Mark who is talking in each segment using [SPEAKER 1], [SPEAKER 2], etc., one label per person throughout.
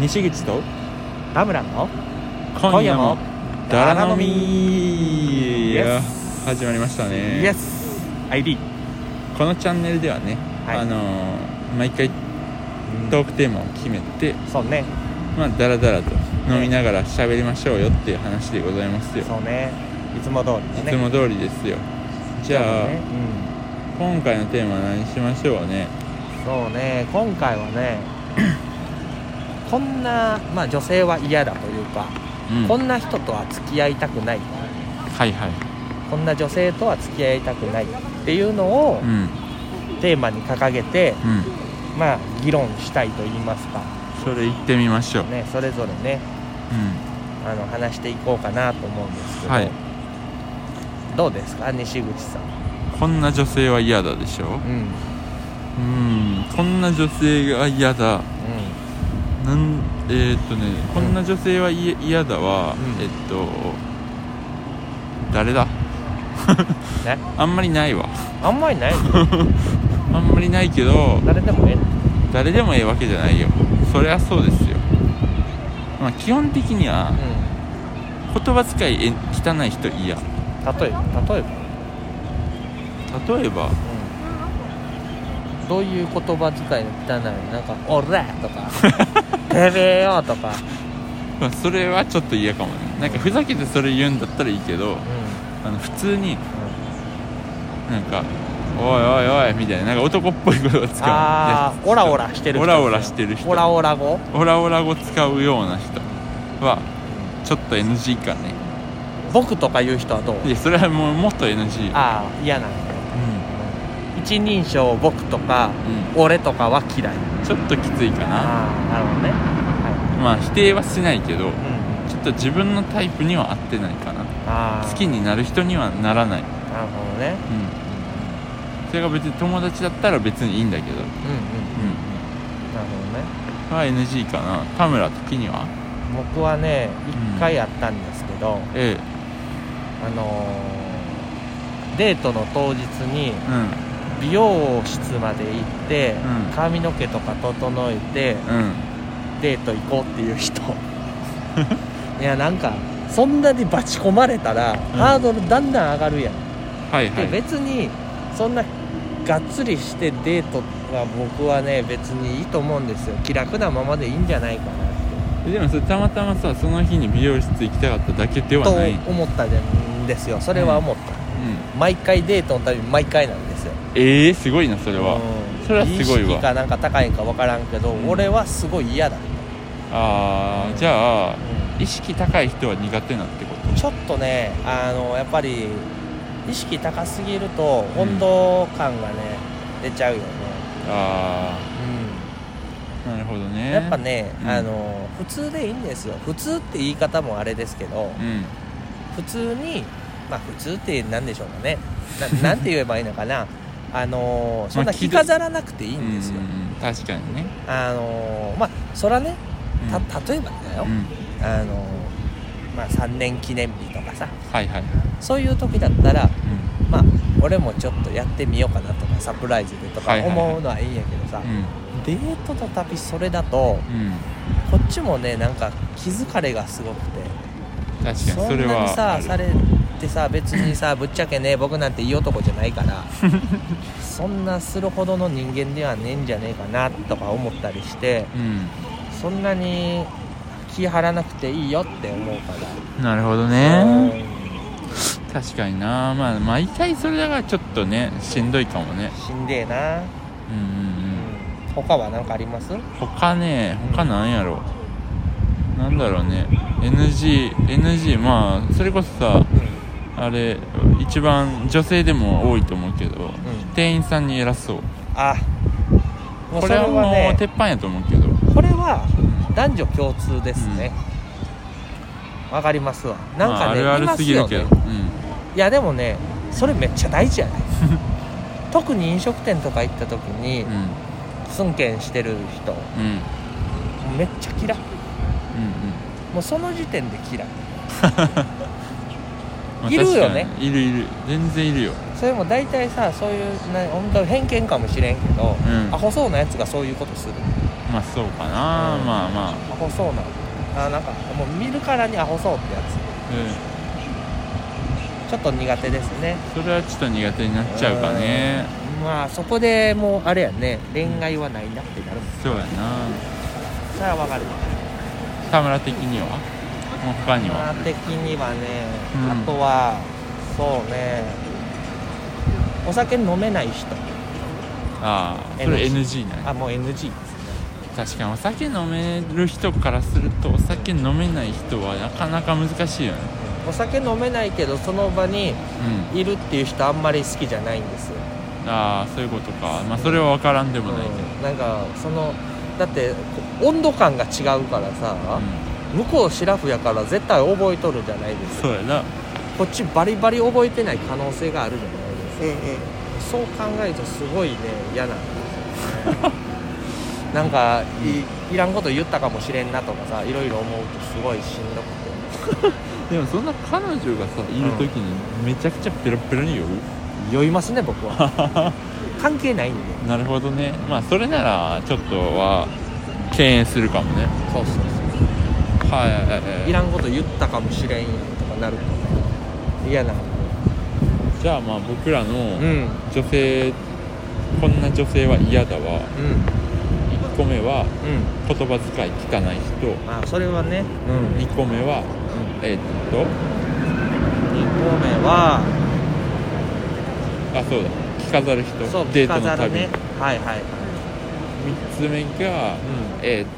[SPEAKER 1] 西口と
[SPEAKER 2] 田村の
[SPEAKER 1] 今夜もダラ飲みいや
[SPEAKER 2] Yes
[SPEAKER 1] 始まりましたね
[SPEAKER 2] イエス ID
[SPEAKER 1] このチャンネルではね、
[SPEAKER 2] はい
[SPEAKER 1] あのー毎回トークテーマを決めて、
[SPEAKER 2] そうね
[SPEAKER 1] まあダラダラと飲みながら喋りましょうよっていう話でございますよ、
[SPEAKER 2] そうねいつも通り
[SPEAKER 1] い
[SPEAKER 2] ね
[SPEAKER 1] つも通りですよじゃあ、
[SPEAKER 2] ね
[SPEAKER 1] 今回のテーマは何しましょうね
[SPEAKER 2] うんそうね今回はね こんな、まあ、女性は嫌だというか、
[SPEAKER 1] うん
[SPEAKER 2] こ
[SPEAKER 1] はい
[SPEAKER 2] んな人とは付き合いたくない
[SPEAKER 1] はい
[SPEAKER 2] こんな女性とは付き合いたくないっていうのを
[SPEAKER 1] うん
[SPEAKER 2] テーマに掲げて、
[SPEAKER 1] うん
[SPEAKER 2] まあ議論したいと言いますか、
[SPEAKER 1] それ行ってみましょう、
[SPEAKER 2] ね、それぞれねあの話していこうかなと思うんですけ
[SPEAKER 1] うん
[SPEAKER 2] ど、
[SPEAKER 1] はい
[SPEAKER 2] どうですか西口さん、
[SPEAKER 1] こんな女性は嫌だでしょ
[SPEAKER 2] う
[SPEAKER 1] う
[SPEAKER 2] ん
[SPEAKER 1] んこんな女性が嫌だなんえーっとねこんな女性は嫌嫌だは、
[SPEAKER 2] うん
[SPEAKER 1] えっと誰だ
[SPEAKER 2] ね、
[SPEAKER 1] あんまりないわ
[SPEAKER 2] あんまりない
[SPEAKER 1] あんまりないけど
[SPEAKER 2] 誰でもえ
[SPEAKER 1] 誰でもええわけじゃないよそりゃそうですよまあ基本的には
[SPEAKER 2] え、う
[SPEAKER 1] 言
[SPEAKER 2] ん、
[SPEAKER 1] 葉遣いえ汚い人嫌
[SPEAKER 2] 例えば例えば、
[SPEAKER 1] 例えば
[SPEAKER 2] うん、どういう言葉遣いの汚いなんか「オラ!」と か「てめえよ!」とか、
[SPEAKER 1] まあそれはちょっと嫌かもねなんかふざけてそれ言うんだったらいいけど
[SPEAKER 2] う
[SPEAKER 1] あの普通に
[SPEAKER 2] んうん、
[SPEAKER 1] なんか「おいおいおい」みたいななんか男っぽい言葉使う
[SPEAKER 2] あ
[SPEAKER 1] で
[SPEAKER 2] あオラオラしてる
[SPEAKER 1] オラオラしてる人
[SPEAKER 2] オラオラ語
[SPEAKER 1] オラオラ語使うような人はちょっと NG かね
[SPEAKER 2] 僕とかいう人はどう
[SPEAKER 1] いやそれはもうもっと NG
[SPEAKER 2] ああ嫌なの一人称僕とか
[SPEAKER 1] う
[SPEAKER 2] 俺とかは嫌い
[SPEAKER 1] うんちょっときついかな
[SPEAKER 2] ああなるほどねは
[SPEAKER 1] まあ否定はしないけど
[SPEAKER 2] い、うん、
[SPEAKER 1] ちょっと自分のタイプには合ってないかな
[SPEAKER 2] ああ
[SPEAKER 1] 好きになる人にはならない
[SPEAKER 2] なるほどね
[SPEAKER 1] うんそれが別に友達だったら別にいいんだけどうん
[SPEAKER 2] うんうんなるほどね
[SPEAKER 1] は NG かな田村的には
[SPEAKER 2] 僕はね
[SPEAKER 1] うん
[SPEAKER 2] 一回あったんですけど、
[SPEAKER 1] え
[SPEAKER 2] あのーデートの当日に
[SPEAKER 1] えうん
[SPEAKER 2] 美容室まで行って、
[SPEAKER 1] うん
[SPEAKER 2] 髪の毛とか整えて、
[SPEAKER 1] うん
[SPEAKER 2] デート行こうっていう人 いやなんかそんなにバチ込まれたら、ハードルだんだん上がるやん、
[SPEAKER 1] はいは
[SPEAKER 2] で
[SPEAKER 1] い
[SPEAKER 2] 別にそんながっつりしてデートは僕はね別にいいと思うんですよ気楽なままでいいんじゃないかなっ
[SPEAKER 1] でもそれたまたまさその日に美容室行きたかっただけではない
[SPEAKER 2] てと思ったんですよそれは思った、
[SPEAKER 1] うん
[SPEAKER 2] 毎回デートのたび毎回なんですよ
[SPEAKER 1] ええー、すごいなそれは
[SPEAKER 2] うん
[SPEAKER 1] それはすごいわ
[SPEAKER 2] 意識かなんか高いんか分からんけど、
[SPEAKER 1] うん
[SPEAKER 2] 俺はすごい嫌だ、
[SPEAKER 1] あーじゃあ
[SPEAKER 2] うん
[SPEAKER 1] 意識高い人は苦手なってこと
[SPEAKER 2] ちょっとねあのやっぱり意識高すぎると
[SPEAKER 1] うん
[SPEAKER 2] 温度感がね、出ちゃうよね、
[SPEAKER 1] ああなるほどね
[SPEAKER 2] やっぱね、
[SPEAKER 1] うん
[SPEAKER 2] あの普通でいいんですよ普通って言い方もあれですけど、
[SPEAKER 1] うん
[SPEAKER 2] 普通にまあ普通って何でしょうかねな なんて言えばいいのかなあのそんな着飾らなくていいんですよ、
[SPEAKER 1] うんうんうん確かにね
[SPEAKER 2] あのまあそらねた
[SPEAKER 1] うん
[SPEAKER 2] 例えばだ
[SPEAKER 1] う
[SPEAKER 2] よ、
[SPEAKER 1] ん
[SPEAKER 2] あのまあ3年記念日とかさ
[SPEAKER 1] はいはい、
[SPEAKER 2] そういう時だったら
[SPEAKER 1] う
[SPEAKER 2] まあ俺もちょっとやってみようかなとかサプライズでとか
[SPEAKER 1] はいはいはい
[SPEAKER 2] 思うのはいいんやけどさ、
[SPEAKER 1] んうん
[SPEAKER 2] デートの旅それだと
[SPEAKER 1] うん
[SPEAKER 2] こっちもねなんか気づかれがすごくて
[SPEAKER 1] 確かに
[SPEAKER 2] そ
[SPEAKER 1] そ
[SPEAKER 2] ん
[SPEAKER 1] れ
[SPEAKER 2] な
[SPEAKER 1] は
[SPEAKER 2] にさ
[SPEAKER 1] ある
[SPEAKER 2] されてさ別 にさぶっちゃけね僕なんていい男じゃないからそんなするほどの人間ではねえんじゃねえかなとか思ったりして
[SPEAKER 1] うん
[SPEAKER 2] そんなに気張らなくていいよって思うから
[SPEAKER 1] なるほどね
[SPEAKER 2] うん
[SPEAKER 1] 確かになまあ毎回それだからちょっとねしんどいかもね
[SPEAKER 2] しんでえな、
[SPEAKER 1] うんうんうん
[SPEAKER 2] うん、他は何かあります
[SPEAKER 1] 他ね他なんやろなんだろうね NGNG まあそれこそさあれ一番女性でも多いと思うけど、店員さんに偉そう
[SPEAKER 2] あもう
[SPEAKER 1] こ
[SPEAKER 2] そ
[SPEAKER 1] れ
[SPEAKER 2] れ
[SPEAKER 1] はもう
[SPEAKER 2] はね
[SPEAKER 1] 鉄板やと思うけど
[SPEAKER 2] これは男女共通ですねわ、かりますわなん
[SPEAKER 1] まあ、
[SPEAKER 2] か
[SPEAKER 1] あ
[SPEAKER 2] ね、
[SPEAKER 1] るあるすぎるけど、
[SPEAKER 2] いますよねいやでもねそれめっちゃ大事や ね特に飲食店とか行った時に
[SPEAKER 1] うんうん
[SPEAKER 2] 寸剣してる人
[SPEAKER 1] うんうん
[SPEAKER 2] めっちゃ嫌
[SPEAKER 1] うん
[SPEAKER 2] いもうその時点で嫌い
[SPEAKER 1] まあ
[SPEAKER 2] いるよね
[SPEAKER 1] 確かにいるいる全然いるよ
[SPEAKER 2] それも大体さそういうな本当偏見かもしれんけど、
[SPEAKER 1] うん
[SPEAKER 2] アホそうなやつがそういうことする
[SPEAKER 1] うんまあそうかな、
[SPEAKER 2] うん
[SPEAKER 1] まあまあ
[SPEAKER 2] アホそうなあなんかもう見るからにアホそうってやつ
[SPEAKER 1] う
[SPEAKER 2] ちょっと苦手ですね
[SPEAKER 1] んそれはちょっと苦手になっちゃうかね
[SPEAKER 2] うんまあそこでもうあれやね恋愛はないなってなるもん
[SPEAKER 1] そうやな
[SPEAKER 2] それはわかる
[SPEAKER 1] 田村的にはもう他には
[SPEAKER 2] まあ的にはね、
[SPEAKER 1] うん
[SPEAKER 2] あとはそうねお酒飲めない人
[SPEAKER 1] ああそれ NG ない
[SPEAKER 2] あもう NG
[SPEAKER 1] 確かにお酒飲める人からするとお酒飲めない人はなかなか難しいよね
[SPEAKER 2] お酒飲めないけどその場に
[SPEAKER 1] う
[SPEAKER 2] いるっていう人あんまり好きじゃないんですよ、
[SPEAKER 1] んああそういうことかまあそれは分からんでもないけど
[SPEAKER 2] うんなんかそのだってこ温度感が違うから
[SPEAKER 1] う
[SPEAKER 2] さ
[SPEAKER 1] ん、
[SPEAKER 2] 向こうシラフやから絶対覚えとるじゃないです
[SPEAKER 1] そ
[SPEAKER 2] か
[SPEAKER 1] うやな
[SPEAKER 2] こっちバリバリ覚えてない可能性があるじゃないですか、そう考えるとすごいね嫌 なんですよねなんかいいらんこと言ったかもしれんなとかさいろいろ思うとすごいしんどくて
[SPEAKER 1] でもそんな彼女がさいる時にめちゃくちゃペロペロに酔う、
[SPEAKER 2] 酔いますね僕は 関係ないんで
[SPEAKER 1] なるほどねまあそれならちょっとは敬遠するかもね
[SPEAKER 2] そうそうそ
[SPEAKER 1] はいはいはいは
[SPEAKER 2] ういらんこと言ったかもしれんやんとかなるとね嫌なんで
[SPEAKER 1] じゃあまあ僕らの
[SPEAKER 2] うん
[SPEAKER 1] 女性こんな女性は嫌だわ
[SPEAKER 2] うん
[SPEAKER 1] 1個目は
[SPEAKER 2] うん
[SPEAKER 1] 言葉遣い汚い人
[SPEAKER 2] まあそれはねうん
[SPEAKER 1] 2個目はえーっと
[SPEAKER 2] 2個目は
[SPEAKER 1] あそうだ着飾る人
[SPEAKER 2] そう
[SPEAKER 1] デート
[SPEAKER 2] 飾
[SPEAKER 1] の
[SPEAKER 2] る
[SPEAKER 1] 旅、
[SPEAKER 2] ねはいはいはい、
[SPEAKER 1] 3つ目が
[SPEAKER 2] う
[SPEAKER 1] えーっ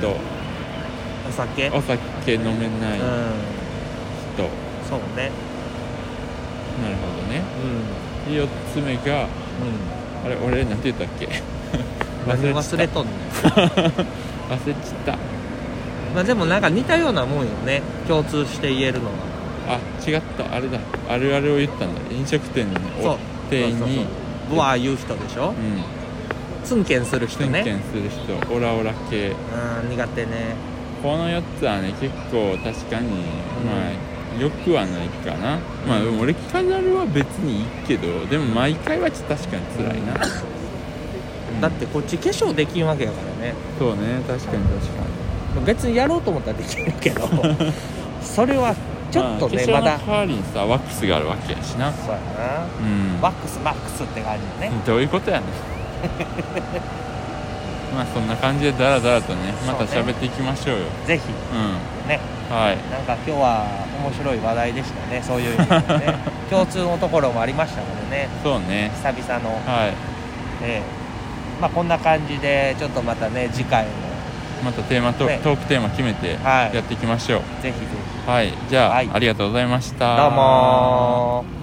[SPEAKER 1] と
[SPEAKER 2] ん、お酒
[SPEAKER 1] お酒飲めない人、
[SPEAKER 2] ううんそうね
[SPEAKER 1] なるほどね
[SPEAKER 2] う
[SPEAKER 1] 4つ目が
[SPEAKER 2] んうん
[SPEAKER 1] あれ俺なんて言ったっけ
[SPEAKER 2] 忘れ
[SPEAKER 1] ち
[SPEAKER 2] 忘
[SPEAKER 1] った
[SPEAKER 2] れとんねん
[SPEAKER 1] 忘れちった
[SPEAKER 2] まあでもなんか似たようなもんよね共通して言えるのは
[SPEAKER 1] あ違ったあれだあるあるを言ったんだ飲食店の
[SPEAKER 2] そう
[SPEAKER 1] 店員
[SPEAKER 2] そうそう
[SPEAKER 1] に
[SPEAKER 2] そうブワー言う人でしょ
[SPEAKER 1] うん
[SPEAKER 2] ツンケンする人
[SPEAKER 1] 点
[SPEAKER 2] ね
[SPEAKER 1] 検する人、オラオラ系
[SPEAKER 2] うん苦手ね
[SPEAKER 1] この4つはね結構確かに、
[SPEAKER 2] ん
[SPEAKER 1] まあよくはないかなまあでも俺着飾るは別にいいけどでも毎回はちょっと確かに辛いな、うん
[SPEAKER 2] だってこっち化粧できんわけやからね
[SPEAKER 1] そうね確かに確かに
[SPEAKER 2] 別にやろうと思ったらできるけ どそれはちょっとね
[SPEAKER 1] ま
[SPEAKER 2] ま
[SPEAKER 1] あ、化粧
[SPEAKER 2] だ
[SPEAKER 1] の代わりにさワックスがあるわけやしな
[SPEAKER 2] そうや
[SPEAKER 1] うん
[SPEAKER 2] なワックスワックスって感じね
[SPEAKER 1] どういうことや ねんまあそんな感じでダラダラとねまた
[SPEAKER 2] そうね
[SPEAKER 1] 喋っていきましょうよ
[SPEAKER 2] ぜひ
[SPEAKER 1] う
[SPEAKER 2] ね
[SPEAKER 1] んはい
[SPEAKER 2] なんか今日は面白い話題でしたねそういう意味で ね共通のところもありましたのでね
[SPEAKER 1] そうね
[SPEAKER 2] 久々の、
[SPEAKER 1] はい
[SPEAKER 2] ええまあこんな感じでちょっとまたね次回も
[SPEAKER 1] またテーマと、
[SPEAKER 2] ね
[SPEAKER 1] トークテーマ決めて
[SPEAKER 2] はい
[SPEAKER 1] やっていきましょう、
[SPEAKER 2] ぜひぜひ
[SPEAKER 1] はい、じゃあ、
[SPEAKER 2] はい
[SPEAKER 1] ありがとうございました。
[SPEAKER 2] どうもー